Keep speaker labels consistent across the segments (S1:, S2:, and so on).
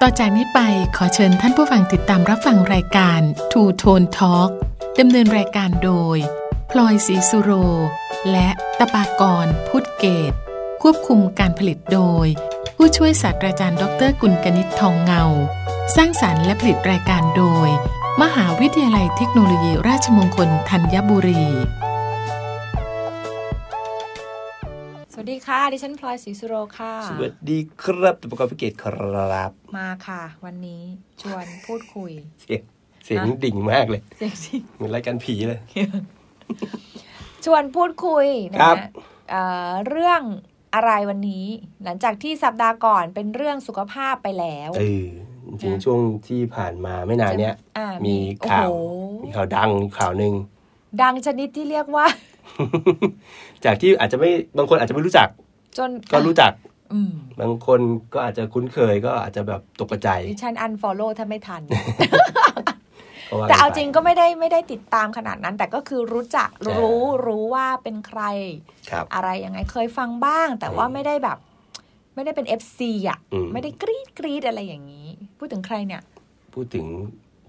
S1: ต่อจากนี้ไปขอเชิญท่านผู้ฟังติดตามรับฟังรายการ Two Tone Talk ดำเนินรายการโดย พลอยศรีสุโร และตะปากรพุทธเกต ควบคุมการผลิตโดย ผู้ช่วยศาสตราจารย์ดรกุลกนิษฐ์ทองเงา สร้างสารรค์และผลิตรายการโดย มหาวิทยาลัยเทคโนโลยีราชมงคลธัญบุรี
S2: สวัสดีค่ะ ดิฉันพลอยศรีสุโรค่ะ
S3: สวัสดีครับตุปกรณ์พิเกตครับ
S2: มาค่ะ วันนี้ชวนพูดคุย
S3: เสียงเสียง
S2: นะ
S3: ดิ่งมากเลย
S2: เสียงจริง
S3: เหมือนรายการผีเลย
S2: ชวนพูดคุยนะครับ เอ่อเรื่องอะไรวันนี้ หลังจากที่สัปดาห์ก่อนเป็นเรื่องสุขภาพไปแล้ว
S3: เออจริง
S2: นะ
S3: ๆช่วงที่ผ่านมาไม่นานเนี้ย
S2: อ่า
S3: มี
S2: มี
S3: ข่าว
S2: โอ้โห
S3: มีข่าวดังข่าวหนึ่ง
S2: ดังชนิดที่เรียกว่า
S3: จากที่อาจจะไม่บางคนอาจจะไม่รู้จัก
S2: จน
S3: ก็รู้จัก
S2: อืม
S3: บางคนก็อาจจะคุ้นเคยก็อาจจะแบบตกใจ
S2: ดิฉันอันฟอลโล่ถ้าไม่ทัน
S3: ก็ว่กัน
S2: แต่เอา
S3: ไป
S2: จริงก็ไม่ได้ไม่ได้ติดตามขนาดนั้น แต่ก็คือรู้จัก
S3: ใช่
S2: รู้รู้ว่าเป็นใคร
S3: ครับ
S2: อะไรยังไงเคยฟังบ้าง แต่
S3: อืม
S2: ว่าไม่ได้แบบ ไม่ได้เป็น FC อ่ะ
S3: อืม
S2: ไม่ได้กรีดกรีดอะไรอย่างนี้ พูดถึงใครเนี่ย
S3: พูดถึง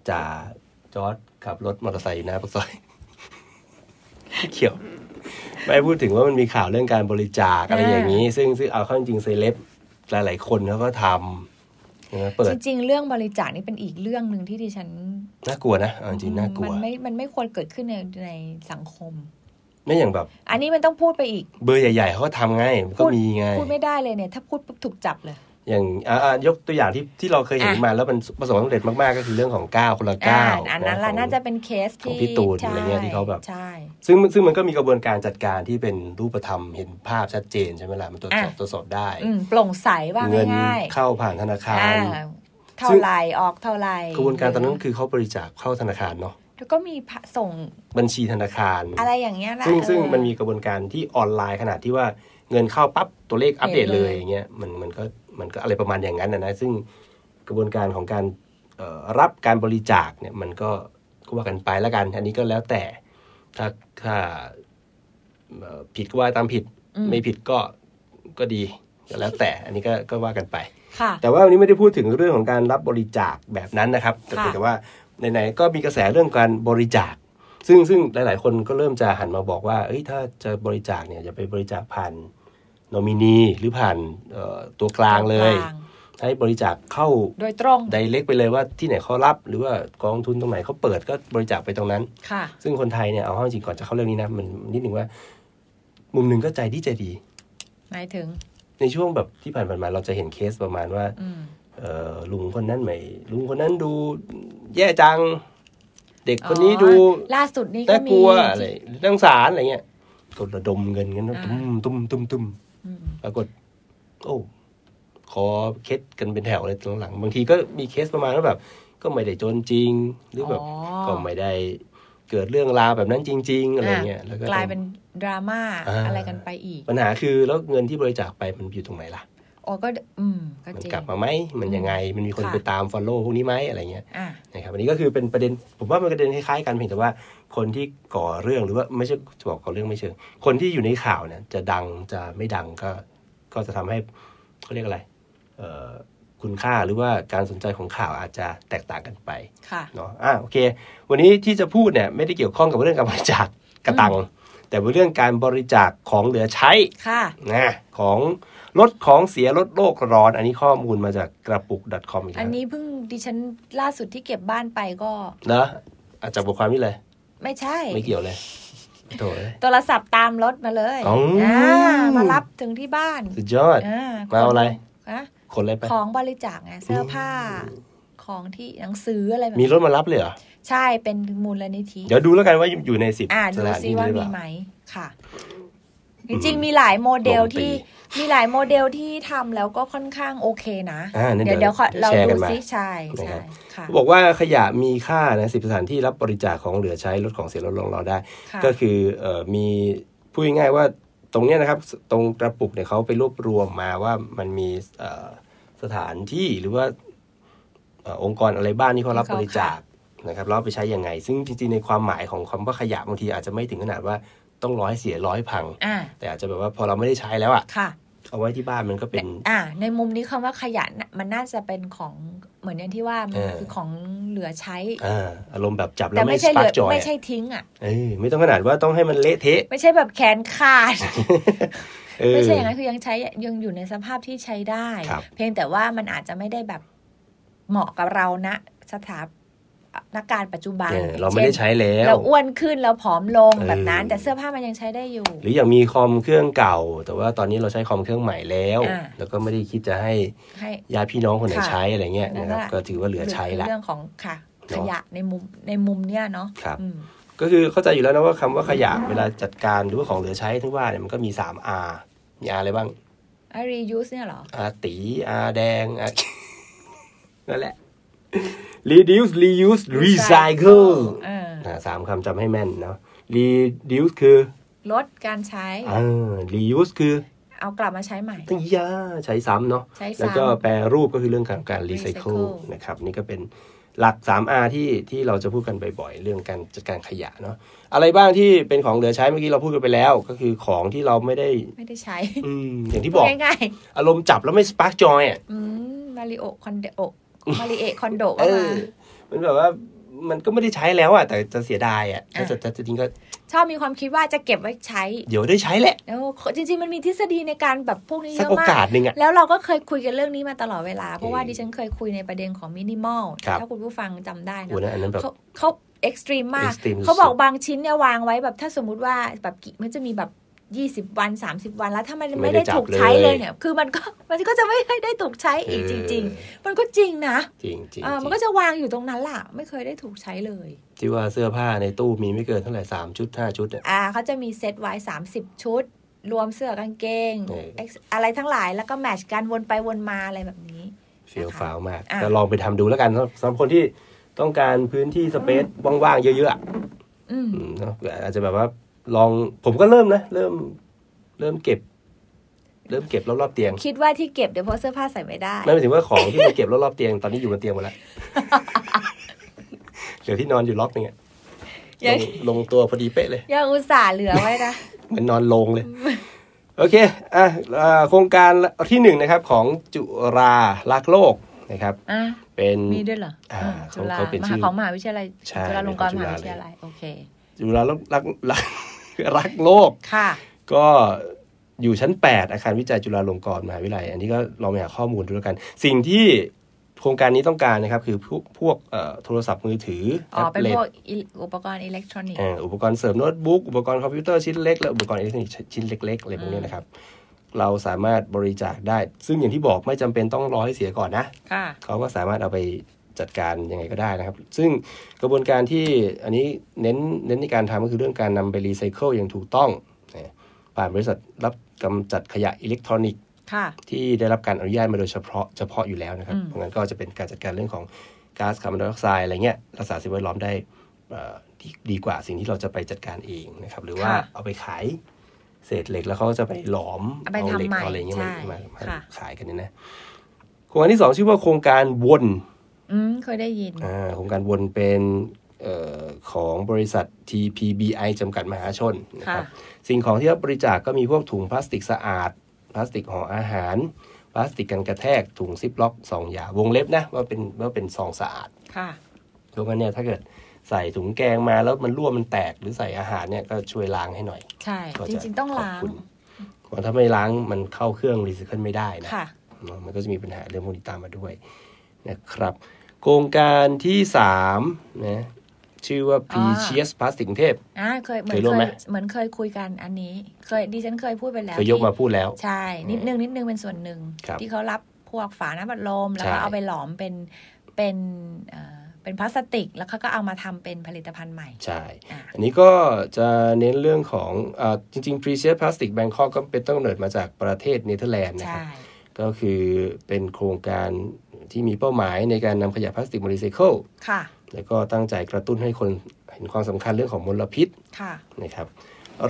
S3: จ่าจอร์ดขับรถมอเตอร์ไซค์หนะปากซอย เขียว ไม่พูดถึงว่ามันมีข่าวเรื่องการบริจาคอะไร
S2: อ่า
S3: อย่างนี้ ซึ่งซึ่งเอาเข้าจริงๆเซเลบหลาย ๆ คนเขาก็ทำนะเปิ
S2: จ
S3: ด
S2: ริงๆ เรื่องบริจาคนี่เป็นอีกเรื่องหนึ่งที่ดิฉัน
S3: น่ากลัวนะเอาจริงๆน่ากลัว
S2: มันไม่มันไม่ควรเกิดขึ้นในในสังคม
S3: ไม่อย่างแบบ
S2: อันนี้มันต้องพูดไปอีก
S3: เบอร์ใหญ่ ๆเขาก็ทำไงมันก็
S2: พูด
S3: มีไง
S2: พูดไม่ได้เลยเนี่ย ถ้าพูดปุ๊บถูกจับเลย
S3: อย่างอ่ะอ่ะยกตัวอย่างที่ที่เราเคยเห็น
S2: อ่ะ
S3: มาแล้วมันประสบความสำเร็จมากๆก็คือเรื่องของก้าวคนละ
S2: อ่า
S3: ก้าว
S2: อันนั้น
S3: ข
S2: ล่ะ
S3: อง
S2: น่าจะเป็นเคส
S3: ของ
S2: ที่
S3: พี่ตูน
S2: ใช่
S3: อะไรเงี้ยที่เขาแบบ
S2: ใช่
S3: ซึ่งซึ่งมันก็มีกระบวนการจัดการที่เป็นรูปธรรมเห็นภาพชัดเจนใช่ไหมล่ะมันตรวจสอบ
S2: อ่ะ
S3: ตรวจสอบได้
S2: อืมโปร่งใสว่า
S3: เงิน
S2: ง่าย
S3: เข้าผ่านธนา
S2: ๆ
S3: คาร
S2: อ่าเท่าไหรออกเท่าไหร
S3: กระบวนการตอนนั้นคือเขาบริจาคเข้าธนาคารเนาะ
S2: แล้วก็มีพระส่ง
S3: บัญชีธนาคาร
S2: อะไรอย่างเงี้ยแหละ
S3: ซึ่งซึ่ง
S2: เออ
S3: มันมีกระบวนการที่ออนไลน์ขนาดที่ว่าเงินเข้าปั๊บตัวเลขอัปเดต
S2: เห็น
S3: เล
S2: เลย ย
S3: อย่างเงี้ยมันมันก็มันก็อะไรประมาณอย่างนั้นนะนะซึ่งกระบวนการของการเอ่อรับการบริจาคเนี่ยมันก็ก็ว่ากันไปละกัน อันนี้ก็แล้วแต่ถ้าถ้าเอ่อผิดก็ว่าตามผิด
S2: อืม
S3: ไม่ผิดก็ก็ดีก็แล้วแต่อันนี้ก็ก็ว่ากันไป
S2: ค่ะ
S3: แต่ว่าวันนี้ไม่ได้พูดถึงเรื่องของการรับบริจาคแบบนั้นนะครับ แต่เพียง
S2: ค่ะ
S3: แต่ว่าไหนๆก็มีกระแสเรื่องการบริจาค ซึ่งซึ่งหลาย ๆ คนก็เริ่มจะหันมาบอกว่าเอ้ยถ้าจะบริจาคเนี่ยจะไปบริจาคผ่านโนมินีหรือผ่านเอ่อตัวกลางเลย
S2: กาง
S3: ให้บริจาคเข้า
S2: โดยตรง
S3: ไดเ c กไปเลยว่าที่ไหนเขารับ หรือว่ากองทุนตรงไหนเขาเปิดก็บริจาคไปตรงนั้น
S2: ค่ะ
S3: ซึ่งคนไทยเนี่ยเอาเข้าจริงก่อนจะเข้าเรื่องนี้นะมันนิดหนึ่งว่า มุมหนึ่งก็ใจดีใจดี
S2: หมายถึง
S3: ในช่วงแบบที่ผ่านๆมาเราจะเห็นเคสประมาณว่า
S2: อืม
S3: เอ่อลุงคนนั้นไม่ลุงคนนั้นดูแย่จัง เด็กคนนี้
S2: อ๋อ
S3: ดู
S2: ล่าสุดนี้ก็
S3: น่า
S2: มี
S3: กลัวอะไร
S2: ที่
S3: หรือน่าสงสารอะไรเงี้ยก็ระดมเงินกันนะ
S2: อ่า
S3: ตุ้มตุ้มตุ้มตุ้ม
S2: อืม
S3: ปรากฏโอ้ขอเคสกันเป็นแถวเลยหลังๆบางทีก็มีเคสประมาณว่าแบบ ก็ไม่ได้จนจริง หรือแบบก็ไม่ได้เกิดเรื่องราวแบบนั้นจริง ๆ อะไรเงี้ยแล้วก็
S2: ก
S3: ต้
S2: ลา
S3: อย ง
S2: เป็นดราม่า
S3: อ่า
S2: อะไรกันไปอีก
S3: ปัญหาคือแล้วเงินที่บริจาคไปมันอยู่ตรงไหนล่ะ
S2: โอ้ก็อืมก็
S3: มัน
S2: จริง
S3: กลับมาไหมมันยังไงมันมีคน
S2: ค่ะ
S3: ไปตามฟอลโล่พวกนี้ไหมอะไรเงี้ย
S2: อ่ะ
S3: นะครับอันนี้ก็คือเป็นประเด็นผมว่ามันประเด็นคล้ายๆกันเพียงแต่ว่าคนที่ก่อเรื่องหรือว่าไม่ใช่จะบอกก่อเรื่องไม่เชิงคนที่อยู่ในข่าวเนี่ยจะดังจะไม่ดังก็ก็จะทำให้เขาเรียกอะไรเอ่อคุณค่าหรือว่าการสนใจของข่าวอาจจะแตกต่างกันไป
S2: ค่ะ
S3: เนาะอ่ะโอเค วันนี้ที่จะพูดเนี่ยไม่ได้เกี่ยวข้องกับเรื่องการบริจาคกระตังแต่เป็นเรื่องการบริจาคของเหลือใช้
S2: ค่ะ
S3: นะของลดของเสียลดโลกร้อน อันนี้ข้อมูลมาจากกระปุก .com อีก
S2: อั
S3: แล้
S2: น
S3: ว
S2: นี้เพิ่งดิฉันล่าสุดที่เก็บบ้านไปก็
S3: นะอาจจะบทความนี้เลย
S2: ไม่ใช่
S3: ไม่เกี่ยวเลยโถเลย
S2: โทรศัพท์ตามรถมาเลย
S3: อ๋ออ่
S2: ่ามารับถึงที่บ้าน
S3: สุดยอด
S2: อ่า
S3: มาเอาอะไร
S2: อ่ะ
S3: ขนอะไรไป
S2: ของบริจาคไงเสื้อผ้า ของที่หนังสืออะไรแบบ
S3: มีรถมารับเลยเหรอ
S2: ใช่เป็นมูลนิธิ
S3: เดี๋ยวดูแล้วกันว่าอยู่ในสิบ
S2: อ่า
S3: ส
S2: ดู
S3: ถาน
S2: ซิ
S3: ที่
S2: ว่า
S3: หรือเป
S2: มี
S3: ล่า
S2: ไหมค่ะ จริงๆ มีหลายโมเดล
S3: ลงปี
S2: ที่มีหลายโมเดลที่ทำแล้วก็ค่อนข้างโอเคนะ
S3: อ่านั่นเดี๋ยว
S2: เดี๋ยวขอ
S3: เดี๋ยว
S2: เรา
S3: แชร์กั
S2: ดู
S3: นมา
S2: ซิใช่ใช่
S3: นะครับ
S2: ค่ะ
S3: เขาบอกว่าขยะมีค่านะสิบสถานที่รับบริจาคของเหลือใช้ลดของเสียลดลงเราได้
S2: ค่ะ
S3: ก็คือเอ่อมีพูดง่ายๆว่าตรงเนี้ยนะครับ ตรงกระปุกเนี่ยเขาไปรวบรวมมาว่ามันมีเอ่อสถานที่หรือว่าเอ่อองค์กรอะไรบ้างที่เขารับบริจาคนะครับแล้วเอาไปใช้ยังไง ซึ่งจริงๆในความหมายของคำว่าขยะบางทีอาจจะไม่ถึงขนาดว่าต้องร้อยเสียร้อยพัง
S2: อ่า
S3: แต่อาจจะแบบว่าพอเราไม่ได้ใช้แล้วอะ
S2: ค่ะ
S3: เอาไว้ที่บ้านมันก็เป็น
S2: อ่า ในมุมนี้คำว่าขยะน่ะมันน่าจะเป็นของเหมือนอย่างที่ว่ามัน
S3: เออ
S2: คือของเหลือใช้
S3: อ่าอารมณ์แบบจับแล้
S2: แต่
S3: วไม่
S2: ไม่
S3: ส
S2: ใช่เห
S3: ปา
S2: ลื
S3: ร์
S2: อก
S3: จอย
S2: ไม่ใช่ทิ้งอ่ะ
S3: ไม่ต้องขนาดว่าต้องให้มันเละเทะ
S2: ไม่ใช่แบบแขนขาด
S3: เออ
S2: ไม่ใช่อย่างนั้นคือยังใช้ยังอยู่ในสภาพที่ใช้ได้
S3: ครับ
S2: เพียงแต่ว่ามันอาจจะไม่ได้แบบเหมาะกับเรานะสถานักการณ์ปัจจุบัน
S3: เออเราไม่ได้
S2: ช่น
S3: ใช้แล้
S2: เรา
S3: ว
S2: อ้วนขึ้นเราผอมลง
S3: เออ
S2: แบบนั้น แต่เสื้อผ้ามันยังใช้ได้อยู่
S3: หรืออย่างมีคอมเครื่องเก่า แต่ว่าตอนนี้เราใช้คอมเครื่องใหม่แล้ว
S2: อ่า
S3: แล้วก็ไม่ได้คิดจะให้
S2: ให้
S3: ญาติพี่น้องคนไหน
S2: ค่ะ
S3: ใช้อะไรเงี้ยนะครับ
S2: นั่นแหละ
S3: ก็ถือว่าเหลือใช้ละ
S2: เรื่องของค่ะ
S3: เนอะ
S2: ขยะในมุมในมุมเนี้ยเนาะ
S3: ครับ
S2: อืม
S3: ก็คือเข้าใจอยู่แล้วนะว่าคำว่าขยะเวลาจัดการหรือว่าของเหลือใช้ทั้งว่าเนี่ยมันก็มี 3 R มี R อะไรบ้าง
S2: ไอรียูสเนี่ยเหรอ
S3: R ตี R แดง R นั่นแหละ reduce reuse recycle
S2: เออ
S3: อ่าสามคำจำให้แม่นเนาะ reduce คือ
S2: ลดการใช้
S3: อ่า reuse คือ
S2: เอากลับมาใช้ใหม่
S3: ตั้งยาใช้ซ้ำเนาะ
S2: ใช้
S3: แล้ว
S2: ซ้ำ
S3: ก็แปรรูปก็คือเรื่องของการรีไซเคิล
S2: Recycle
S3: นะครับ นี่ก็เป็นหลัก 3R ที่ที่เราจะพูดกันบ่อยๆ เรื่องการจัดการขยะเนาะอะไรบ้างที่เป็นของเหลือใช้เมื่อกี้เราพูดกันไปแล้ว ก็คือของที่เราไม่ได้
S2: ไม่ได้ใช้
S3: อืมอย่างที่บอก
S2: ง่าย
S3: อารมณ์จับแล้วไม่สปาร์กจอยอ่ะ
S2: ๆอืมมาริโอคอนเดโอมาริเอคอนโด
S3: เอ
S2: ว่ามา
S3: อ มันแบบว่ามันก็ไม่ได้ใช้แล้วอ่ะแต่จะเสียดายอ่ะถ้าจะถ้าจะทิ้งก็
S2: ชอบมีความคิดว่าจะเก็บไว้ใช้
S3: เดี๋ยวได้ใช้แหละ
S2: แล้วจริง ๆ มันมีทฤษฎีในการแบบพวกนี้เย
S3: สัก
S2: อะ
S3: โอ
S2: มาก
S3: าก สหนึ่งอ่ะ
S2: แล้วเราก็เคยคุยกันเรื่องนี้มาตลอดเวลา เพราะว่า
S3: เออ
S2: ดิฉันเคยคุยในประเด็นของมินิมอล
S3: ครับ
S2: ถ้าคุณผู้ฟังจำได้
S3: โอ้
S2: เนาะ
S3: นะอันนั้นแบบ
S2: เขาเขาเอ็กซ์ตรีมมาก
S3: extreme
S2: เขาบอกบางชิ้นเนี่ยวางไว้แบบถ้าสมมุติว่าแบบกี่มันจะมีแบบ 20 วัน 30 วันแล้วถ้ามัน
S3: ไม่
S2: ไม่
S3: ได้
S2: ได้
S3: จับ
S2: ถูกใช้เล
S3: เลย
S2: ยเนี่ย คือมันก็มันก็จะไม่ได้ถูกใช้อีกจริง ๆ มันก็จริงนะ
S3: จริงจริง
S2: เออมันก็จะวางอยู่ตรงนั้นล่ะ ไม่เคยได้ถูกใช้เลย
S3: ที่ว่าเสื้อผ้าในตู้มีไม่เกินเท่าไหร่สามชุดห้าชุดอ่ะ
S2: อ่าเขาจะมีเซตไว้ 30 ชุด รวมเสื้อกางเกง
S3: เออ
S2: ex- อะไรทั้งหลายแล้วก็แมทช์กันวนไปวนมาอะไรแบบนี้
S3: เฟี้ยวฟ้าวมาก
S2: อ่ะ
S3: ก็ลองไปทำดูแล้วกันสำหรับสำหรับคนที่ต้องการพื้นที่สเปซว่างๆ เยอะๆอะ
S2: อืม
S3: อืมเนอะอาจจะแบบว่าลองผมก็เริ่มนะ เริ่ม เริ่มเก็บ เริ่มเก็บรอบๆเตียง
S2: คิดว่าที่เก็บเดี๋ยวเพราะเสื้อผ้าใส่ไม่ได้
S3: ไม่หมายถึงว่าของที่เราเก็บรอบๆเตียงตอนนี้อยู่บนเตียงหมดแล้ว เหลือที่นอนอยู่ล็อกหนึงอะล
S2: ยัง
S3: งลงตัวพอดีเป๊ะเลย
S2: ยังอุตส่าห์เหลือไว้นะ
S3: เหมือนนอนลงเลย โอเคอ่ะเอ่อโครงการที่หนึ่งนะครับ ของจุรารักโลกนะครับ
S2: อ่ะ
S3: เป็น
S2: มีด้วยเหรอ
S3: อ่า
S2: อ่าจุฬา
S3: เขาเป็น
S2: ม
S3: ชื่
S2: หา
S3: อ
S2: ของมหาวิทยาลัย
S3: ใช่
S2: จุฬาลงกรณ์
S3: เป็
S2: ม
S3: นของ
S2: หา
S3: จุฬา
S2: วิทยาลัยโอเค
S3: จุฬารักรักรักรักโลก
S2: ค่ะ
S3: ก็อยู่ชั้น 8 อาคารวิจัยจุฬาลงกรณ์มหาวิทยาลัย อันนี้ก็ลองไปหาข้อมูลดูแล้วกัน สิ่งที่โครงการนี้ต้องการนะครับ คือพวกพวกเอ่อโทรศัพท์มือถือ
S2: อ๋
S3: แท็
S2: อบ เป็น
S3: เล็ต
S2: พวกอิอุปกรณ์อิเล็กทรอนิกส์
S3: เอ่ออุปกรณ์เสริมโน้ตบุ๊กอุปกรณ์คอมพิวเตอร์ชิ้นเล็ก และอุปกรณ์อิเล็กทรอนิกส์ชิ้นเล็กๆอะไรพวกนี้นะครับ เราสามารถบริจาคได้ ซึ่งอย่างที่บอกไม่จำเป็นต้องรอให้เสียก่อนนะ
S2: ค่ะ
S3: เขาก็สามารถเอาไปจัดการยังไงก็ได้นะครับ ซึ่งกระบวนการที่อันนี้เน้นเน้นในการทำก็คือเรื่องการนำไปรีไซเคิลอย่างถูกต้องนะผ่านบริษัทรับกำจัดขยะอิเล็กทรอนิกส์
S2: ค่ะ
S3: ที่ได้รับการอนุญาตมาโดยเฉพาะเฉพาะอยู่แล้วนะครับ
S2: อืม
S3: เพราะงั้นก็จะเป็นการจัดการเรื่องของก๊าซคาร์บอนไดออกไซด์อะไรเงี้ยรักษาสิ่งแวดล้อมได้เอ่อดีดีกว่าสิ่งที่เราจะไปจัดการเองนะครับ หรือว่าเอาไปขายเศษเหล็กแล้วเขาจะไปหลอม
S2: เอาไป
S3: เหล็ก
S2: ทำใหม่
S3: เอาอะไรเงี้ยมา
S2: ใช่
S3: มามา
S2: ค่ะ
S3: ขายกันเนี่ยนะโครงการที่สองชื่อว่าโครงการวน
S2: อืมเคยได้ยิน
S3: อ่าโครงการวนเป็นเออของบริษัท TPBI จำกัดมหาชนนะครับสิ่งของที่รับบริจาคกก็มีพวกถุงพลาสติกสะอาด พลาสติกห่ออาหาร พลาสติกกันกระแทก ถุงซิปล็อกซองยาวงเล็บนะว่าเป็นว่าเป็นซองสะอาด
S2: ค่ะ
S3: เพราะงั้นเนี่ยถ้าเกิดใส่ถุงแกงมาแล้วมันรั่วมันแตกหรือใส่อาหารเนี่ยก็ช่วยล้างให้หน่อย
S2: ใช่
S3: ก็
S2: จริง ๆ ต้อง
S3: ขบ
S2: ล้าง
S3: คุณเพราะถ้าไม่ล้างมันเข้าเครื่องรีไซเคิลไม่ได้นะ
S2: ค่ะ
S3: เนอะมันก็จะมีปัญหาเรื่องพวกนี้ตามมาด้วยนะครับ โครงการที่สามนะชื่อว่า p
S2: อ่า
S3: r e c i o u s Plastic กรุงเทพ
S2: อ่าเคยเหมือ
S3: เคน ยร่วม
S2: เค
S3: ไหม
S2: ยเหมือนเคยคุยกันอันนี้ เคยดิฉันเคยพูดไปแล้ว
S3: เคยยก
S2: ที่
S3: มาพูดแล้ว
S2: ใช่ นิดนึงนิดนึงเป็นส่วนหนึ่ง
S3: ครับ
S2: ที่เขารับพวกฝาน้ำบัดลม แล้ว
S3: ใช่
S2: ก็เอาไปหลอมเป็นเป็นเอ่อเป็นพลาสติก แล้วเขาก็เอามาทำเป็นผลิตภัณฑ์ใหม่
S3: ใช่
S2: อ่ะ
S3: อันนี้ก็จะเน้นเรื่องของอาจริงๆ p r e c i o u s Plastic Bangkok ก็เป็นต้นกำเนิดมาจากประเทศเนเธอร์แลนด์นะค
S2: ใช่
S3: รับ ก็คือเป็นโครงการที่มีเป้าหมายในการนำขยะพลาสติกมารีไซเคิล
S2: ค่ะ
S3: แล้วก็ตั้งใจกระตุ้นให้คนเห็นความสำคัญเรื่องของมลพิษ
S2: ค่ะ
S3: นะครับ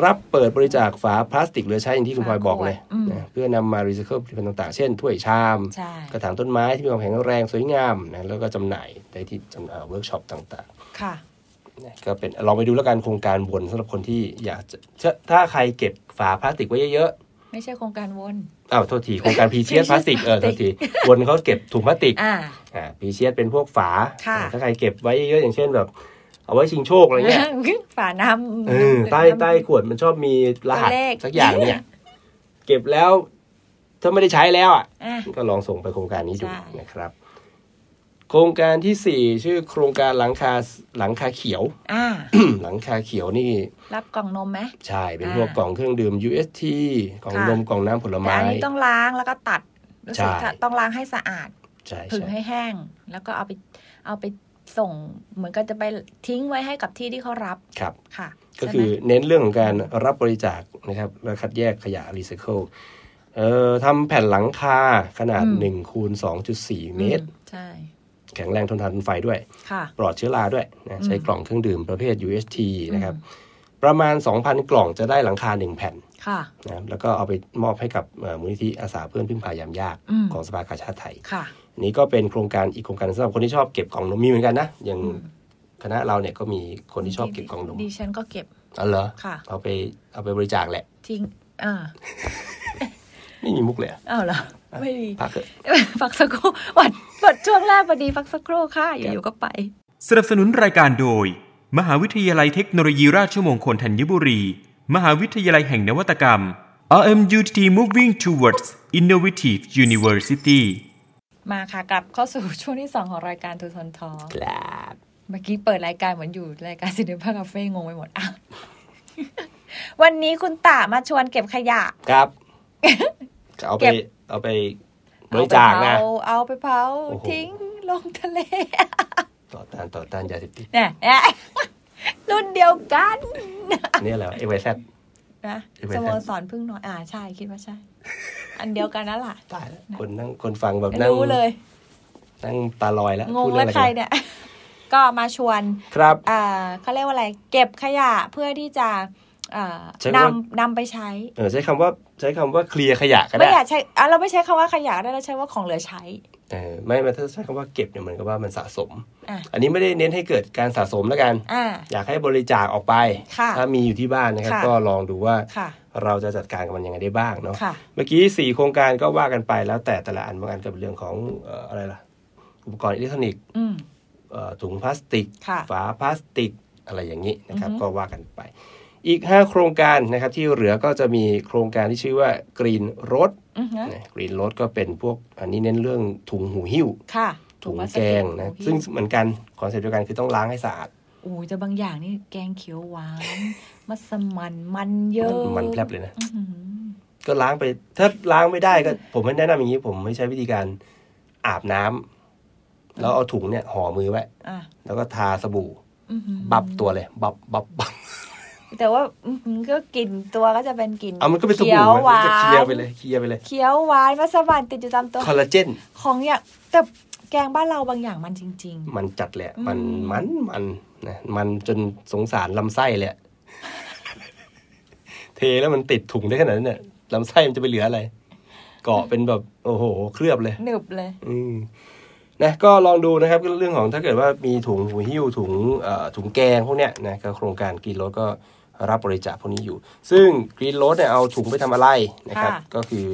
S3: รับเปิดบริจาคฝาพลาสติกเหลือใช้อย่างที่คุณพลอยบอกเลย
S2: อืม
S3: นะเพื่อนำมารีไซเคิลผลิตภัณฑ์ต่างๆ เช่น ถ้วยชาม
S2: ใช่
S3: กระถางต้นไม้ที่มีความแข็งแรงสวยงามนะแล้วก็จำหน่ายได้ที่จำเวิร์กช็อปต่าง
S2: ค่ะ
S3: ๆนะก็เป็นลองไปดูแล้วกันโครงการวนสำหรับคนที่อยากจะถ้าถ้าใครเก็บฝาพลาสติกไว้เยอะ
S2: ไม่ ไม่ใช่โครงการวน
S3: อ้าวโทษทีโครงการพีเชียสพลาสติกเออโทษ ที วนเขาเก็บถุงพลาสติก
S2: อ่า
S3: อ่าพีเชียสเป็นพวกฝา
S2: ค่ะ
S3: ถ้าใครเก็บไว้เยอะอย่างเช่นแบบ เอาไว้ชิงโชคอะไรเงี้ย
S2: ฝาน้
S3: เออ
S2: ำ
S3: ใต้ใต้ขวดมันชอบมีรหัส
S2: ตัวเลข
S3: สักอย่างเนี่ย เก็บแล้ว ถ้าไม่ได้ใช้แล้วอ่ะ
S2: อ่ะ
S3: ก็ลองส่งไปโครงการนี้ดู
S2: ใช่
S3: นะครับ โครงการที่สี่ชื่อโครงการหลังคาหลังคาเขียว
S2: อ่า
S3: หลังคาเขียวนี่
S2: รับกล่องนมไหม
S3: ใช่ เป็น
S2: อ่า
S3: พวกกล่องเครื่องดื่ม UST กล่อง
S2: ค่ะ
S3: นมกล่องน้ำผล
S2: แต่
S3: ไม้
S2: อันนี้ต้องล้างแล้วก็ตัดรู้สึก
S3: ใช่
S2: ถ้าต้องล้างให้สะอาด
S3: ใช่
S2: ผึ่ง
S3: ใช่
S2: ให้แห้ง แล้วก็เอาไปเอาไปส่ง เหมือนก็จะไปทิ้งไว้ให้กับที่ที่เขารับ
S3: ครับ
S2: ค่ะ
S3: ก็
S2: ใช่ไหม
S3: คือเน้นเรื่องของการรับบริจาคนะครับและคัดแยกขยะรีไซเคิลเอ่อทำแผ่นหลังคาขนาด1คูณ2.4 เมตร
S2: อืใช่
S3: แข็งแรงทนทานไฟด้วย
S2: ค่ะ
S3: ปลอดเชื้อราด้วยนะใช้
S2: อืม
S3: กล่องเครื่องดื่มประเภท UST นะครับ ประมาณ 2,000 กล่องจะได้หลังคา 1 แผ่น
S2: ค่ะ
S3: นะครับแล้วก็เอาไปมอบให้กับเอ่อมูลนิธิอาสาเพื่อนพึ่งพายามยาก
S2: อืม
S3: ของสภากาชาติไทย
S2: ค่ะ
S3: อันนี้ก็เป็นโครงการอีกโครงการสำหรับคนที่ชอบเก็บกล่องนมมีเหมือนกันนะอย่าง
S2: อืม
S3: คณะเราเนี่ยก็มีคนที่ชอบเก็บกล่องนม
S2: ดิฉันก็เก็บ
S3: อ๋อเหรอ
S2: ค่ะ
S3: เอาไปเอาไปบริจาคแหละ
S2: ทิ้งอ่า
S3: ไม่มีมุกเลยอะ
S2: อ้าวเหรอไม่ดี
S3: พักเถอะ
S2: พักสักครู่หวัดหวัดช่วงแรกพอดีพักสักครู่ค่ะอยู่ๆก็ไป
S4: สนับสนุนรายการโดย มหาวิทยาลัยเทคโนโลยีราชมงคลธัญบุรี มหาวิทยาลัยแห่งนวัตกรรม RMUTT Moving Towards Innovative University
S2: มาค่ะกลับเข้าสู่ช่วงที่ 2 ของรายการทูทนทอล์ก
S3: ครับ
S2: เมื่อกี้เปิดรายการเหมือนอยู่รายการศิลปะคาเฟ่งงไปหมดอ้าว วันนี้คุณตามาชวนเก็บขยะ
S3: ครับ จะเอาไป
S2: เก็บ
S3: เอาไปบริจาคนะ
S2: เอาเอาไปเผา
S3: โอ้โห
S2: ทิ้งลงทะเล
S3: ต่อต้านต่อต้านยาเสพติด
S2: เนี่ยเนี่ย รุ่นเดียวกัน
S3: อันนี่อะไรเอไวแซ
S2: นะ
S3: ใช่ไหม
S2: สโมสรพึ่งน้อยอ่าใช่คิดว่า ใช่ อันเดียวกันนั่นแหละ
S3: ตายแล้วคนนั่งคนฟังแบบนั่ง
S2: รู้เลย
S3: นั่งตาลอยแล้ว
S2: งง
S3: พูด
S2: แล้
S3: เรื่อ
S2: ว
S3: งอะไร
S2: ใคร
S3: กัน
S2: เนี่ย ก็มาชวน
S3: ครับ
S2: อ่าเขาเรียกว่าอะไร เก็บขยะเพื่อที่จะอ่า
S3: ใช้คำว่า
S2: นำนำไปใช้
S3: เออใช้คำว่าใช้คำว่าเคลียร์ขยะก็
S2: ไม่
S3: ได้
S2: อยากใช้อ่ะเราไม่ใช้คำว่าขยะได้เราใช้ว่าของเหลือใช้
S3: เออไม่ไม่ถ้าใช้คำว่าเก็บเนี่ยเหมือนกับว่ามันสะสม
S2: อ่ะ
S3: อันนี้ไม่ได้เน้นให้เกิดการสะสมแล้วกัน
S2: อ่า
S3: อยากให้บริจาคออกไป
S2: ค่ะ
S3: ถ้ามีอยู่ที่บ้านนะครับ
S2: ค่ะ
S3: ก็ลองดูว่า
S2: ค่ะ
S3: เราจะจัดการกับมันยังไงได้บ้างเนาะ
S2: ค่ะ
S3: เมื่อกี้สี่โครงการก็ว่ากันไปแล้วแต่แต่ละอันบางอันก็เป็นเรื่องของเอ่ออะไรล่ะ อุปกรณ์อิเล็กทรอนิกส์
S2: อืม
S3: เอ่อถุงพลาสติก
S2: ค่ะ
S3: ฝาพลาสติกอะไรอย่างนี้นะครับ
S2: อือฮึ
S3: ก็ว่ากันไป อีก 5 โครงการนะครับ ที่เหลือก็จะมีโครงการที่ชื่อว่ากรีนรถ
S2: อือฮะ
S3: นะกรีนรถก็เป็นพวกอันนี้เน้นเรื่องถุงหูหิ้ว
S2: ค่ะ
S3: ถุง
S2: พลาส
S3: แก
S2: ติ
S3: งนะ
S2: โอ้พี่
S3: ซึ่งเหมือนกันคอนเซ็ปต์เดียวกันคือต้องล้างให้สะอาด
S2: โอ้ยแต่บางอย่างนี่แกงเขียวหวาน มัสมั่นมันเยอะ
S3: มันแพลบเลยนะ
S2: อื้อหือ
S3: ก็ล้างไป ถ้าล้างไม่ได้ก็ ผมไม่แนะนำอย่างนี้ ผมไม่ใช้วิธีการอาบน้ำแล้วเอาถุงเนี่ยห่อมือไว้
S2: อ่ะ
S3: แล้วก็ทาสบู่
S2: อื้อหือ
S3: บับตัวเลย บับบับบับ
S2: แต่ว่าอื้อหือก็กลิ่นตัวก็จะเป็นกลิ่น
S3: เอามันก็เป็นส
S2: เขี
S3: บู่
S2: ยวห
S3: มัน
S2: วา
S3: จะเคลียร์
S2: น
S3: ไปเลยเคลียร์ไปเลย
S2: เขียวหวานมัสมั่นติดอยู่ตามตัว
S3: คอลลาเจน
S2: ของอย่างแต่แกงบ้านเราบางอย่างมันจริง
S3: มันจัดแหละ
S2: อืม
S3: มันมันมันนะมันจนสงสารลำไส้เลยอะ เทแล้วมันติดถุงได้ขนาดนั้นเนี่ยลำไส้มันจะไปเหลืออะไร เกาะเป็นแบบโอ้โห เคลือบเลย
S2: ๆ หนึบเลย
S3: อืมนะก็ลองดูนะครับเรื่องของถ้าเกิดว่ามีถุงหูหิ้วถุงเอ่อถุงแกงพวกเนี้ยนะก็โครงการกรีนรถก็รับบริจาคพวกนี้อยู่ ซึ่งกรีนรถเนี่ยเอาถุงไปทำอะไรนะครับ
S2: ค่ะ
S3: ก็คือ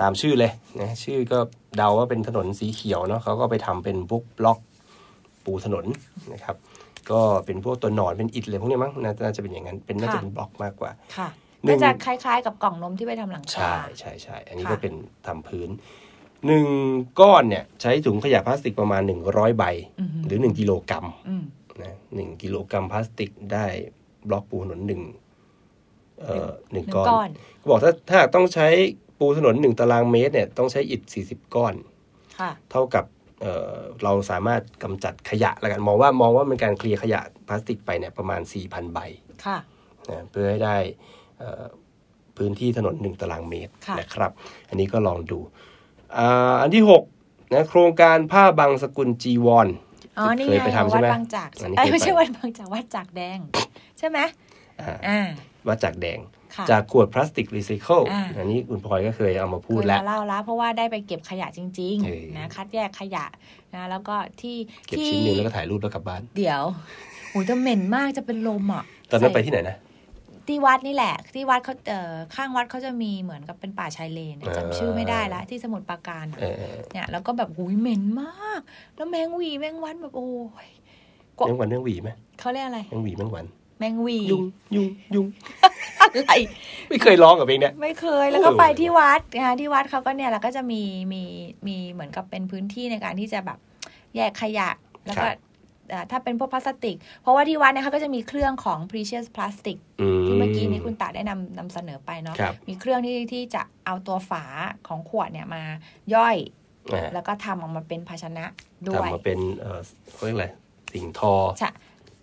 S3: ตามชื่อเลยนะชื่อก็เดาว่าเป็นถนนสีเขียวเนาะเขาก็ไปทำเป็นพวกบล็อกปูถนนนะครับ ก็เป็นพวกตัวหนอนเป็นอิฐเลยพวกเนี้ยมั้งนาน่าจะเป็นอย่างนั้นเป็นน่าจะเป็นบล็อกมากกว่า
S2: ค่ะ
S3: หนึ่
S2: ก็
S3: ง
S2: จะคล้ายๆ กับกล่องนมที่ไปทำหลังคา
S3: ใช่ใช่ใช่ อันนี้
S2: ค่ะ
S3: ก็เป็นทำพื้นหนึ่งก้อนเนี่ย ใช้ถุงขยะพลาสติกประมาณ 100 ใบ
S2: อหือ
S3: หรือ 1 กิโลกรัม
S2: อืม
S3: นะหนึ่งกิโลกรัมพลาสติกได้บล็อกปูถนนหนึ่งเอ่อหนึ่ง
S2: หนึ่ง
S3: ก้อน
S2: ก้อน
S3: เขาบอกถ้าถ้าหากต้องใช้ปูถนน 1 ตารางเมตรเนี่ยต้องใช้อิฐ40 ก้อน
S2: ค่ะ
S3: เท่ากับเอ่อเราสามารถกำจัดขยะละกันมองว่ามองว่ามันการเคลียร์ขยะพลาสติกไปเนี่ยประมาณ 4,000 ใบ
S2: ค่ะ
S3: นะเพื่อให้ได้เอ่อพื้นที่ถนน 1 ตารางเมตร
S2: ค่ะ
S3: นะครับ อันนี้ก็ลองดูอ่าอันที่6นะโครงการผ้าบางสกุลจีวร
S2: อ๋อนี่
S3: เค
S2: ไง
S3: ยไปทำ
S2: วั
S3: ใช่
S2: ด
S3: ไหม
S2: บางจาก
S3: อันนี้
S2: เอ้ย
S3: เคยไป
S2: ไม่ใช่วัดบางจากวัดจากแดง ใช่ไหม
S3: อ่า
S2: อ่า
S3: วัดจากแดง
S2: ค่ะ
S3: จากขวดพลาสติกรีไซเคิล
S2: อ่า
S3: อันนี้คุณพลอยก็เคยเอามาพูด
S2: เคย
S3: แล้ว
S2: มาเล่าแล้วเพราะว่าได้ไปเก็บขยะจริง
S3: เออ
S2: ๆนะคัดแยกขยะนะแล้วก็ที่
S3: เก็บ
S2: ที่
S3: ชิ้นหนึ่งแล้วก็ถ่ายรูปแล้วกลับบ้าน
S2: เดี๋ยวโหจะเหม็นมากจะเป็นลมอ่ะ
S3: ตอนนั้นไป
S2: ใส่
S3: ที่ไหนนะ
S2: ที่วัดนี่แหละ ที่วัดเขาเอ่อข้างวัดเขาจะมีเหมือนกับเป็นป่าชายเลนเนี่ยจำชื่อไม่ได้ละที่สมุทรปราการ
S3: เออ
S2: เนี่ยแล้วก็แบบหุยเหม็นมาก แล้วแมงหวีแมงวันแบบโอ้ย
S3: แมงวันแมงหวีไหม
S2: เขาเรียกอะไร
S3: แมงหวีแมงวัน
S2: แมงหวี
S3: ยุงยุงยุง
S2: อะไร
S3: ไม่เคยร้องกับเพลงเนี้ย
S2: ไม่เคยแล้วก็
S3: เออ
S2: ไปที่วัดนะคะที่วัดเขาก็เนี่ยเราก็จะมีมีมีเหมือนกับเป็นพื้นที่ในการที่จะแบบแยกขยะแล้วก็เอ่อถ้าเป็นพวกพลาสติก เพราะว่าที่วัดเนี่ยเขาก็จะมีเครื่องของ precious plastic ที่เมื่อกี้นี้คุณตาได้นำนำเสนอไปเนาะ
S3: ครับ
S2: มีเครื่องที่ที่จะเอาตัวฝาของขวดเนี่ยมาย่อย
S3: อ่า
S2: แล้วก็ทำออกมาเป็นภาชนะด้ว
S3: ทำ
S2: ย
S3: มาเป็นเอ่อเขาเรียกอะไรสิ่งทอ
S2: ใช่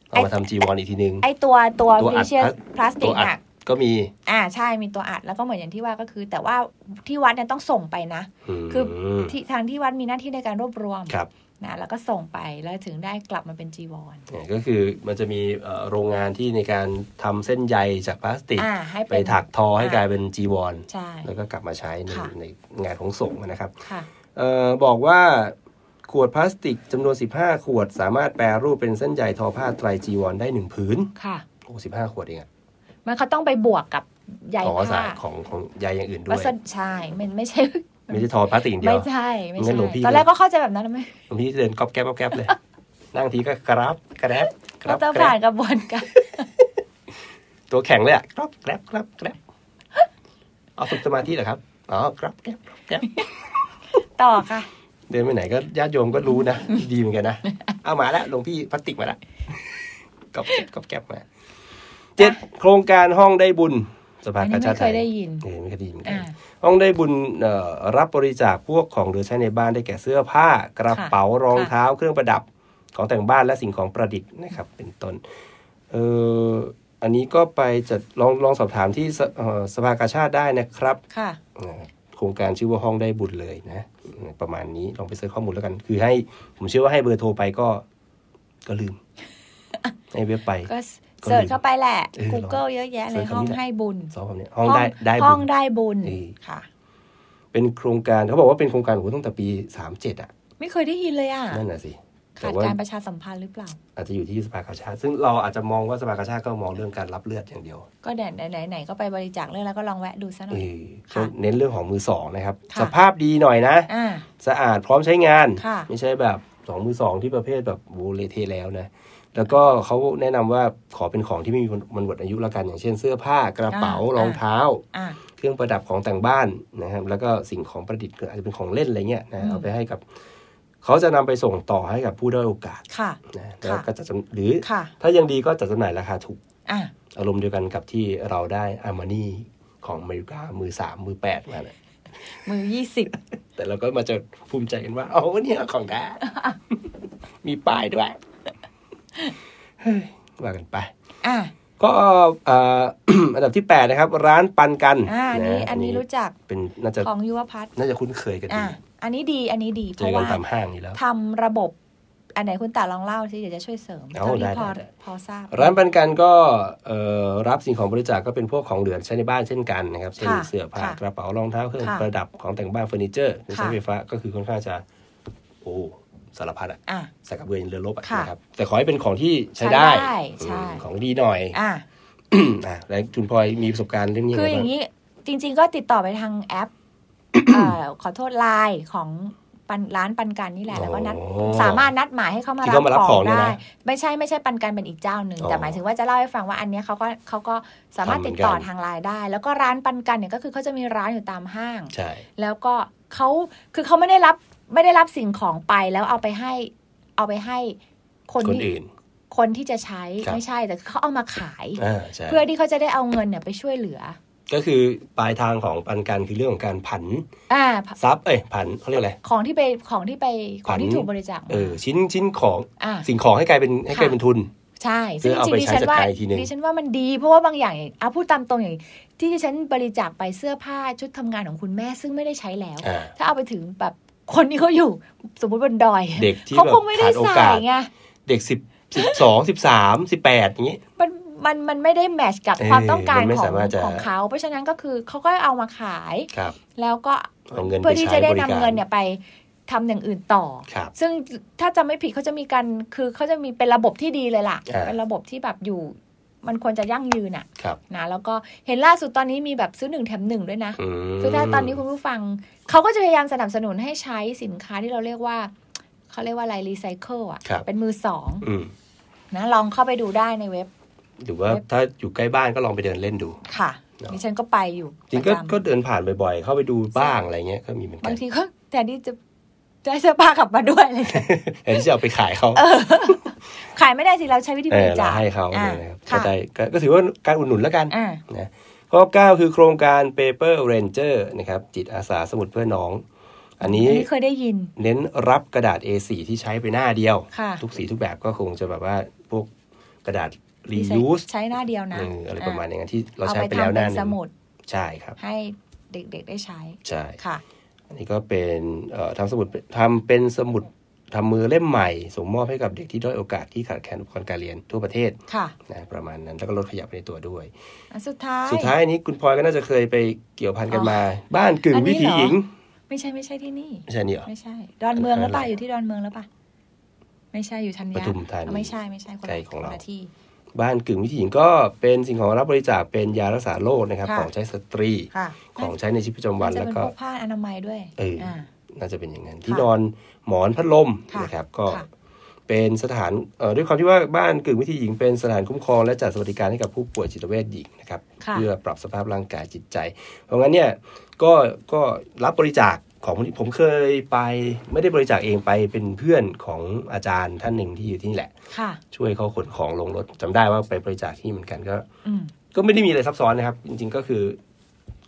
S3: เอามาทำจีวรอีกทีนึง
S2: ไอตัวตัว
S3: ตัวอัด
S2: precious
S3: ตั
S2: plastic
S3: วอัด
S2: น่ะ
S3: ก็มี
S2: อ่าใช่มีตัวอัดแล้วก็เหมือนอย่างที่ว่าก็คือ แต่ว่าที่วัดเนี่ยต้องส่งไปนะ คือ
S3: ม
S2: ที่ทางที่วัดมีหน้าที่ในการรวบรวม
S3: ครับ
S2: นะแล้วก็ส่งไปแล้วถึงได้กลับมาเป็นจีวร
S3: เนี่ยก็คือมันจะมีเอ่อโรงงานที่ในการทำเส้นใยจากพลาสติก
S2: อ่าให้
S3: ไป
S2: เป็น
S3: ถักทอให้กลายเป็นจีวร
S2: ใช่
S3: แล้วก็กลับมาใช้ใน
S2: ค่ะ
S3: ในงานของส่งฆ์นะครับ
S2: ค่ะ
S3: เอ่อบอกว่าขวดพลาสติกจำนวน 15 ขวด สามารถแปรรูปเป็นเส้นใยทอผ้าไตรจีวรได้หนึ่งผืน
S2: ค่ะ
S3: โอ้สิบห้าขวดเองอะ
S2: มันเขาต้องไปบวกกับใย
S3: ขอสา
S2: ผ้าย
S3: ของของใยอย่างอื่นด้ว
S2: วั
S3: ย
S2: สดุใช่มันไม่ใช่
S3: ไม่ใช่ทอพลาสติกอย่างเดีย
S2: ไม่
S3: ว
S2: ใช่ไม่
S3: งั้
S2: ใช่
S3: นหลวงพี่
S2: ตอนแรกก็เข้าใจแบบนั้นไหม
S3: บางทีเดินก๊อบแก๊บก๊อบแก๊บเลย นั่งทีก็กระรับกระแรบกระ
S2: เรา
S3: รับ
S2: ต้อง
S3: กระแร
S2: ผ่าน
S3: บ
S2: กระบวนการ
S3: ตัวแข็งเลยอะกรับกระแรบกระแรบกระแรบเอาฝึกสมาธิเหรอครับอ๋อกระรับกระแรบกระแรบ
S2: ต่อค่ะ
S3: เดินไปไหนก็ญาติโยมก็รู้นะ ดีเหมือนกันนะเอามาแล้วหลวงพี่พลาสติกมาแล้วก๊อบแก๊บก๊อบแก๊บมาเจ็ดโครงการห้องได้บุญสภา
S2: อัน
S3: กา
S2: นี้
S3: ชา
S2: ไม่เค
S3: ติไท
S2: ย
S3: ย
S2: ได้ยิน
S3: เออไม่คดีเหมือนกัน
S2: อ่า
S3: ห้องได้บุญเอ่อรับบริจาคพวกของเหลือใช้ในบ้านได้แก่เสื้อผ้า กระเป๋ารองเท้าเครื่องประดับของแต่งบ้านและสิ่งของประดิษฐ์นะครับ เป็นต้นเอออันนี้ก็ไปจัดลองลองสอบถามที่สเอ่อสภากาชาติได้นะครับ
S2: ค่ะ
S3: อ่าโครงการชื่อว่าห้องได้บุญเลยนะอืมประมาณนี้ลองไปเสิร์ชข้อมูลแล้วกัน คือให้ผมเชื่อว่าให้เบอร์โทรไปก็ก็ลืม ให้เว็บไป
S2: ก็เสิร์ชเข้าไปแหละ
S3: เออ
S2: Google เยอะแยะเลยห้องให้บุญ
S3: สองคำนี้ห้องได้ได้
S2: ห้
S3: บุ
S2: อง
S3: ญ
S2: ได้บุญ
S3: เออ
S2: ค่ะ
S3: เป็นโครงการเขาบอกว่าเป็นโครงการโอ้โหตั้งแต่ปีสามเจ็ดอ่ะ
S2: ไม่เคยได้ยินเลยอ่ะ
S3: นั่นน่ะสิ แต่
S2: ขาด
S3: ว่า
S2: การประชาสัมพันธ์หรือเปล่า
S3: อาจจะอยู่ที่สภากาชาติ ซึ่งเราอาจจะมองว่าสภากาชาติก็มองเรื่องการรับเลือดอย่างเดียว
S2: ก็ไหนไหนไหนๆก็ไปบริจาคเรื่องแล้วก็ลองแวะดูซะหน่
S3: เอ
S2: อย
S3: อ
S2: ค่ะ
S3: ก็เน้นเรื่องของมือสองนะครับ
S2: ค่ะ
S3: สภาพดีหน่อยนะ
S2: อ่า
S3: สะอาดพร้อมใช้งาน
S2: ค่ะ
S3: ไม่ใช่แบบสองมือสองที่ประเภทแบบโบเลเทแล้วนะ แล้วก็เขาแนะนำว่าขอเป็นของที่ไม่มีมันหมดอายุละกัน อย่างเช่นเสื้อผ้ากระเป๋ารองเท้า
S2: อ่า
S3: เครื่องประดับของแต่งบ้านนะครับ แล้วก็สิ่งของประดิษฐ์ก็อาจจะเป็นของเล่นอะไรเงี้ยนะเอาไปให้กับเขาจะนำไปส่งต่อให้กับผู้ด้อยโอกาส
S2: ค่ะ
S3: นะแล้ว
S2: ค่ะ
S3: ก็จะจำหรือ
S2: ค่ะ
S3: ถ้ายังดีก็จัดจำหน่ายราคาถูก
S2: อ่า
S3: อารมณ์เดียวกันกับที่เราได้อาร์มานีของอเมริกา มือสามมือแปดมาเนี่ย
S2: มือยี่สิบ
S3: แต่เราก็มาจะภูมิใจกันว่า เอาเนี่ยของแท้ มีป้ายด้วยเฮ้ยว่ากันไป
S2: อ่า
S3: ก็เอ่อ อันดับที่ 8 นะครับ ร้านปันกันะ
S2: อ่า อันนี้ อันนี้รู้จัก
S3: เป็นน่าจะ
S2: ของยุวพัฒน์
S3: น่าจะคุ้นเคยกัน
S2: อ่า
S3: ดี
S2: อันนี้ดี อันนี้ดี เพ
S3: เจอ
S2: ราะ
S3: กัน
S2: ว่า
S3: ตามห้างนี่แล้ว
S2: ทำระบบ อันไหนคุณตาลองเล่าสิเดี๋ยวจะช่วยเสริม
S3: เอา
S2: เท่า
S3: ได้
S2: ที่พอ
S3: ได้ได้
S2: พอทราบ
S3: ร้านปันกันก็เอ่อรับสิ่งของบริจาคก็เป็นพวกของเหลือใช้ในบ้านเช่นกันนะครับ เช่น
S2: ค่ะ
S3: เสื้อผ้า
S2: ค่ะ
S3: กระเป๋ารองเท้าเครื่อง
S2: ค่ะ
S3: ประดับของแต่งบ้านเฟอร์นิเจอร์เครื่องใช้
S2: ค่ะ
S3: ไฟฟ้าก็คือค่อนข้างจะโอ้สารพัดอะ
S2: อ่า
S3: สากกระเบือยันเรือรบอะ
S2: ค่ะ
S3: นะครับแต่ขอให้เป็นของที่ใช้
S2: ใช้
S3: ได้
S2: ได้ใช่
S3: อืมของดีหน่อย
S2: อ่า
S3: อ่ะแล้วจุนพลอยมีประสบการณ์เรื่องนี้
S2: คือ
S3: ไง
S2: อย่า
S3: บ้าง ง
S2: นี้จริง ๆ ก็ติดต่อไปทางแอป เอ่อขอโทษไลน์ของปันร้านปันกันนี่แหละแล้วก็นัด
S3: อ๋อ
S2: สามารถนัดหมายให้เขามา
S3: ที่เขามารั
S2: รั
S3: บบ ข
S2: ข
S3: อ
S2: อง ง
S3: เนี่ยนะ
S2: ได้ ไม่ใช่ไม่ใช่ปันกันเป็นอีกเจ้าหนึ่ง
S3: อ๋อ
S2: แต่หมายถึงว่าจะเล่าให้ฟังว่าอันเนี้ยเขาก็เขาก็สามารถติดต่อ
S3: ทำเหมือนกัน
S2: ทางไลน์ได้ แล้วก็ร้านปันกันเนี่ยก็คือเขาจะมีร้านอยู่ตามห้าง
S3: ใช่
S2: แล้วก็เขาคือเขาไม่ได้รับไม่ได้รับสิ่งของไปแล้วเอาไปให้เอาไปให้คน
S3: คน
S2: ที่
S3: อื่น
S2: คนที่จะใช้
S3: ครับ
S2: ไม่ใช่แต่เขาเอามาขาย
S3: อ่าใช่
S2: เพื่อที่เขาจะได้เอาเงินเนี่ยไปช่วยเหลือ
S3: ก็คือปลายทางของปันกันคือเรื่องของการผัน
S2: อ่า
S3: ทรัพย์เอ้ยผันเขาเรียกอะไร
S2: ของที่ไปของที่ไปข
S3: ขวั
S2: อง
S3: ญ
S2: ที่ถูกบริจาคมา
S3: เออชิ้นชิ้นของ
S2: อ่า
S3: สิ่งของให้กลายเป็นให้กลายเป็นทุน
S2: ใช่
S3: เพื่
S2: ซึ่ง
S3: อเอา
S2: จริงๆ
S3: ไป
S2: ดิ
S3: ใช้
S2: ฉัน
S3: จัด
S2: ว่า
S3: การอีกทีหนึ่ง
S2: ดิฉันว่ามันดี เพราะว่าบางอย่างอย่างอ่ะพูดตามตรงอย่างที่ดิฉันบริจาคไปเสื้อผ้าชุดทำงานของคุณแม่ซึ่งไม่ได้ใช้แล้ว
S3: อ่า
S2: ถ้าเอาไปถึงแบบคนที่เขาอยู่ สมมติบนดอย
S3: เด็กที่
S2: เขาคงไม่ได้
S3: แบบขาดโอ
S2: ใส่
S3: กาส
S2: ไง
S3: เด็กสิบสิบสองสิบสามสิบแปดอย่างนี้
S2: มันมันมันไม่ได้แมทช์กับ
S3: เออ
S2: ความต้องการ
S3: มันไม่
S2: ของ
S3: สามารถจะ
S2: ของเขา เพราะฉะนั้นก็คือเขาก็เอามาขาย
S3: ครับ
S2: แล้วก็
S3: เอาเงิน
S2: เพื่อ
S3: ไป
S2: ที่
S3: ใช้
S2: จะได้
S3: บ
S2: นำ
S3: ริการ
S2: เงินเนี่ยไปทำอย่างอื่นต่อ
S3: ครับ
S2: ซึ่งถ้าจำไม่ผิดเขาจะมีการคือเขาจะมีเป็นระบบที่ดีเลยล่ะ
S3: อ่า
S2: เป็นระบบที่แบบอยู่ มันควรจะยั่งยืนอะ
S3: ครับ
S2: นะแล้วก็เห็นล่าสุดตอนนี้มีแบบซื้อหนึ่งแถมหนึ่งด้วยนะ
S3: ม
S2: คือถ้าตอนนี้คุณผู้ฟังเขาก็จะพยายามสนับสนุนให้ใช้สินค้าที่เราเรียกว่า เขาเรียกว่าอะไรรีไซเคิลอ่ะ
S3: ครับ
S2: เป็นมือสอง
S3: อืม
S2: นะลองเข้าไปดูได้ในเว็บ
S3: หรือว่าถ้าอยู่ใกล้บ้านก็ลองไปเดินเล่นดู
S2: ค่ะ
S3: เนอะ
S2: ดิฉันก็ไปอยู่
S3: จริง
S2: ป
S3: ก็
S2: ระจำ
S3: ก็เดินผ่านบ่อยๆ เข้าไปดูบ้างอะไรเงี้ยก็มีเหมือนกับ
S2: าง
S3: น
S2: ทีก็แต่นี่จะได้เสื้อผ้ากลับมาด้วยอะไรเลย
S3: แต่ ที่จะเอาไปขายเขา
S2: ขายไม่ได้สิเราใช้วิธี
S3: เอบ อ
S2: ริ
S3: เรา
S2: จาค
S3: ให้เขา
S2: อ่า
S3: เนี่ยนะครับก็
S2: ค่ะ
S3: ได้ก็ก็ถือว่าการอุดหนุนแล้วกัน
S2: อ่า
S3: นะข้อ 9 คือโครงการ Paper Ranger นะครับ จิตอาสาสมุดเพื่อน้อง อัน
S2: อัน
S3: นี้
S2: นี้เคยได้ยิน
S3: เน้นรับกระดาษ A4 ที่ใช้ไปหน้าเดียว
S2: ค่ะ
S3: ทุกสีทุกแบบก็คงจะแบบว่าพวกกระดาษ
S2: ดิฉัน
S3: reuse
S2: ใช้หน้าเดียวนะ
S3: เอออะไรประมาณอย่างนั้นที่เรา
S2: อ่
S3: ใช้ไปแล้วหน้า
S2: เอา
S3: ห
S2: ทำ
S3: นึ
S2: เป็ส
S3: ง
S2: มุด
S3: ใช่ครับ
S2: ให้เด็กๆได้ใช้
S3: ใช่
S2: ค่ะ
S3: อันนี้ก็เป็นเอ่อทำสมุดทำเป็นสมุดทำมือเล่มใหม่ส่งมอบให้กับเด็กที่ด้อยโอกาสที่ขาดแคลนอุปกรณ์การเรียนทั่วประเทศ
S2: ค่ะ
S3: นะประมาณนั้นแล้วก็ลดขยะไปในตัวด้วย
S2: อันสุดท้าย
S3: สุดท้ายอันนี้คุณพลอยก็น่าจะเคยไปเกี่ยวพันกันมา บ้านกึ่ง
S2: อันนี้
S3: วิถี
S2: เหรอ
S3: หญิง
S2: ไม่ใช่ไม่ใช่ที่นี่
S3: ไม่ใช่นี่เหรอ
S2: ไม่ใช่ ดอนเมืองหรือเปล่า
S3: อะไร
S2: อยู่ที่ดอนเมืองหรือเปล่าไม่ใช่อยู่ธัญญา
S3: ปทุมธานี
S2: อ่ะไม่ใช่ไม่ใช่คน
S3: ใกล้
S2: ละ
S3: ของเรา
S2: คนละที่
S3: บ้านกึ่งวิถีหญิงก็เป็นสิ่งของรับบริจาคเป็นยารักษาโรคนะครับ
S2: ค่ะ
S3: ของใช้สตรี
S2: ค่ะ
S3: ของใช้ในชีวิตประจำวัน
S2: จะ
S3: แล้ว
S2: เป็น
S3: ก็
S2: พวกผ้าอนามัยด้วย
S3: เอออ่
S2: า
S3: น่าจะเป็นอย่างนั้น
S2: ค่ะ
S3: ที่นอนหมอนพัดลม
S2: ค่ะ
S3: นะครับก็
S2: ค่ะ
S3: เป็นสถานเอ่อด้วยความที่ว่าบ้านกึ่งวิธีหญิงเป็นสถานคุ้มครองและจัดสวัสดิการให้กับผู้ป่วยจิตเวชหญิงนะครับ
S2: ค่ะ
S3: เพื่อปรับสภาพร่างกายจิตใจ เพราะงั้นเนี่ยก็ก็รับบริจาคของพวกนี้ผมเคยไปไม่ได้บริจาคเองไปเป็นเพื่อนของอาจารย์ท่านหนึ่งที่อยู่ที่นี่แหละ
S2: ค่ะ
S3: ช่วยเขาขนของลงรถจำได้ว่าไปบริจาคที่เหมือนกันก็
S2: อืม
S3: ก็ไม่ได้มีอะไรซับซ้อนนะครับ จริง ๆ ก็คือ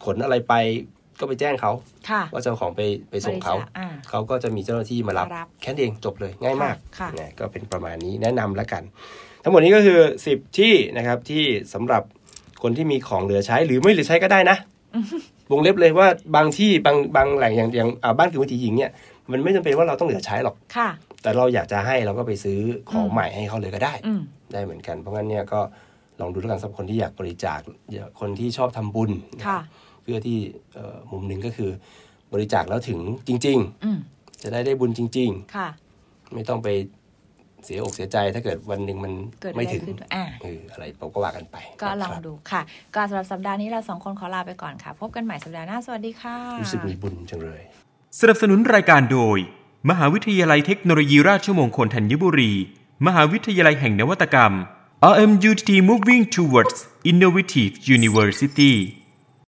S3: ขนอะไรไปก็ไปแจ้งเขา
S2: ค่ะ
S3: ว่าจะเอาของไปไปส่งเขา
S2: บริจคอ่
S3: เขาก็จะมีเจ้าหน้าที่มารับ
S2: มารับ
S3: แค่นั้นเองจบเลยง่ายมาก
S2: ค่ะ
S3: นะก็เป็นประมาณนี้แนะนำแล้วกัน ทั้งหมดนี้ก็คือ 10 ที่นะครับที่สำหรับคนที่มีของเหลือใช้หรือไม่เหลือใช้ก็ได้นะวงเล็บเลยว่าบางที่บางบางแหล่งอย่างอย่างอ่าบ้านคือวิถีหญิงเนี่ยมันไม่จำเป็นว่าเราต้องเหลือใช้หรอก
S2: ค่ะ
S3: แต่เราอยากจะให้เราก็ไปซื้อของ
S2: อืม
S3: ใหม่ให้เขาเลยก็ได้
S2: อืม
S3: ได้เหมือนกัน เพราะงั้นเนี่ยก็ลองดูแล้วกันสำหรับคนที่อยากบริจาคคนที่ชอบทำบุญ
S2: ค่ะ
S3: เพื่อที่เอ่อมุมหนึ่งก็คือบริจาคแล้วถึงจริง ๆ
S2: อืม
S3: จะได้ได้บุญจริง
S2: ค่ะ
S3: ๆ ไม่ต้องไปเสียอกเสียใจถ้าเกิดวันหนึ่งมัน
S2: เกิดอะ
S3: ไม่
S2: ไร
S3: ถึง
S2: ขึ้นอ่า
S3: เอออะไรเราก็ว่ากันไป
S2: ก็ลอง
S3: นะครับ
S2: ดูค่ะ ก็สำหรับสัปดาห์นี้เราสองคนขอลาไปก่อนค่ะ พบกันใหม่สัปดาห์หน้าสวัสดีค่ะ
S3: รู้สึกมีบุญจังเลย
S4: สนับสนุนรายการโดย มหาวิทยาลัยเทคโนโลยีราชมงคลธัญบุรี มหาวิทยาลัยแห่งนวัตกรรม RMUTT Moving Towards Innovative University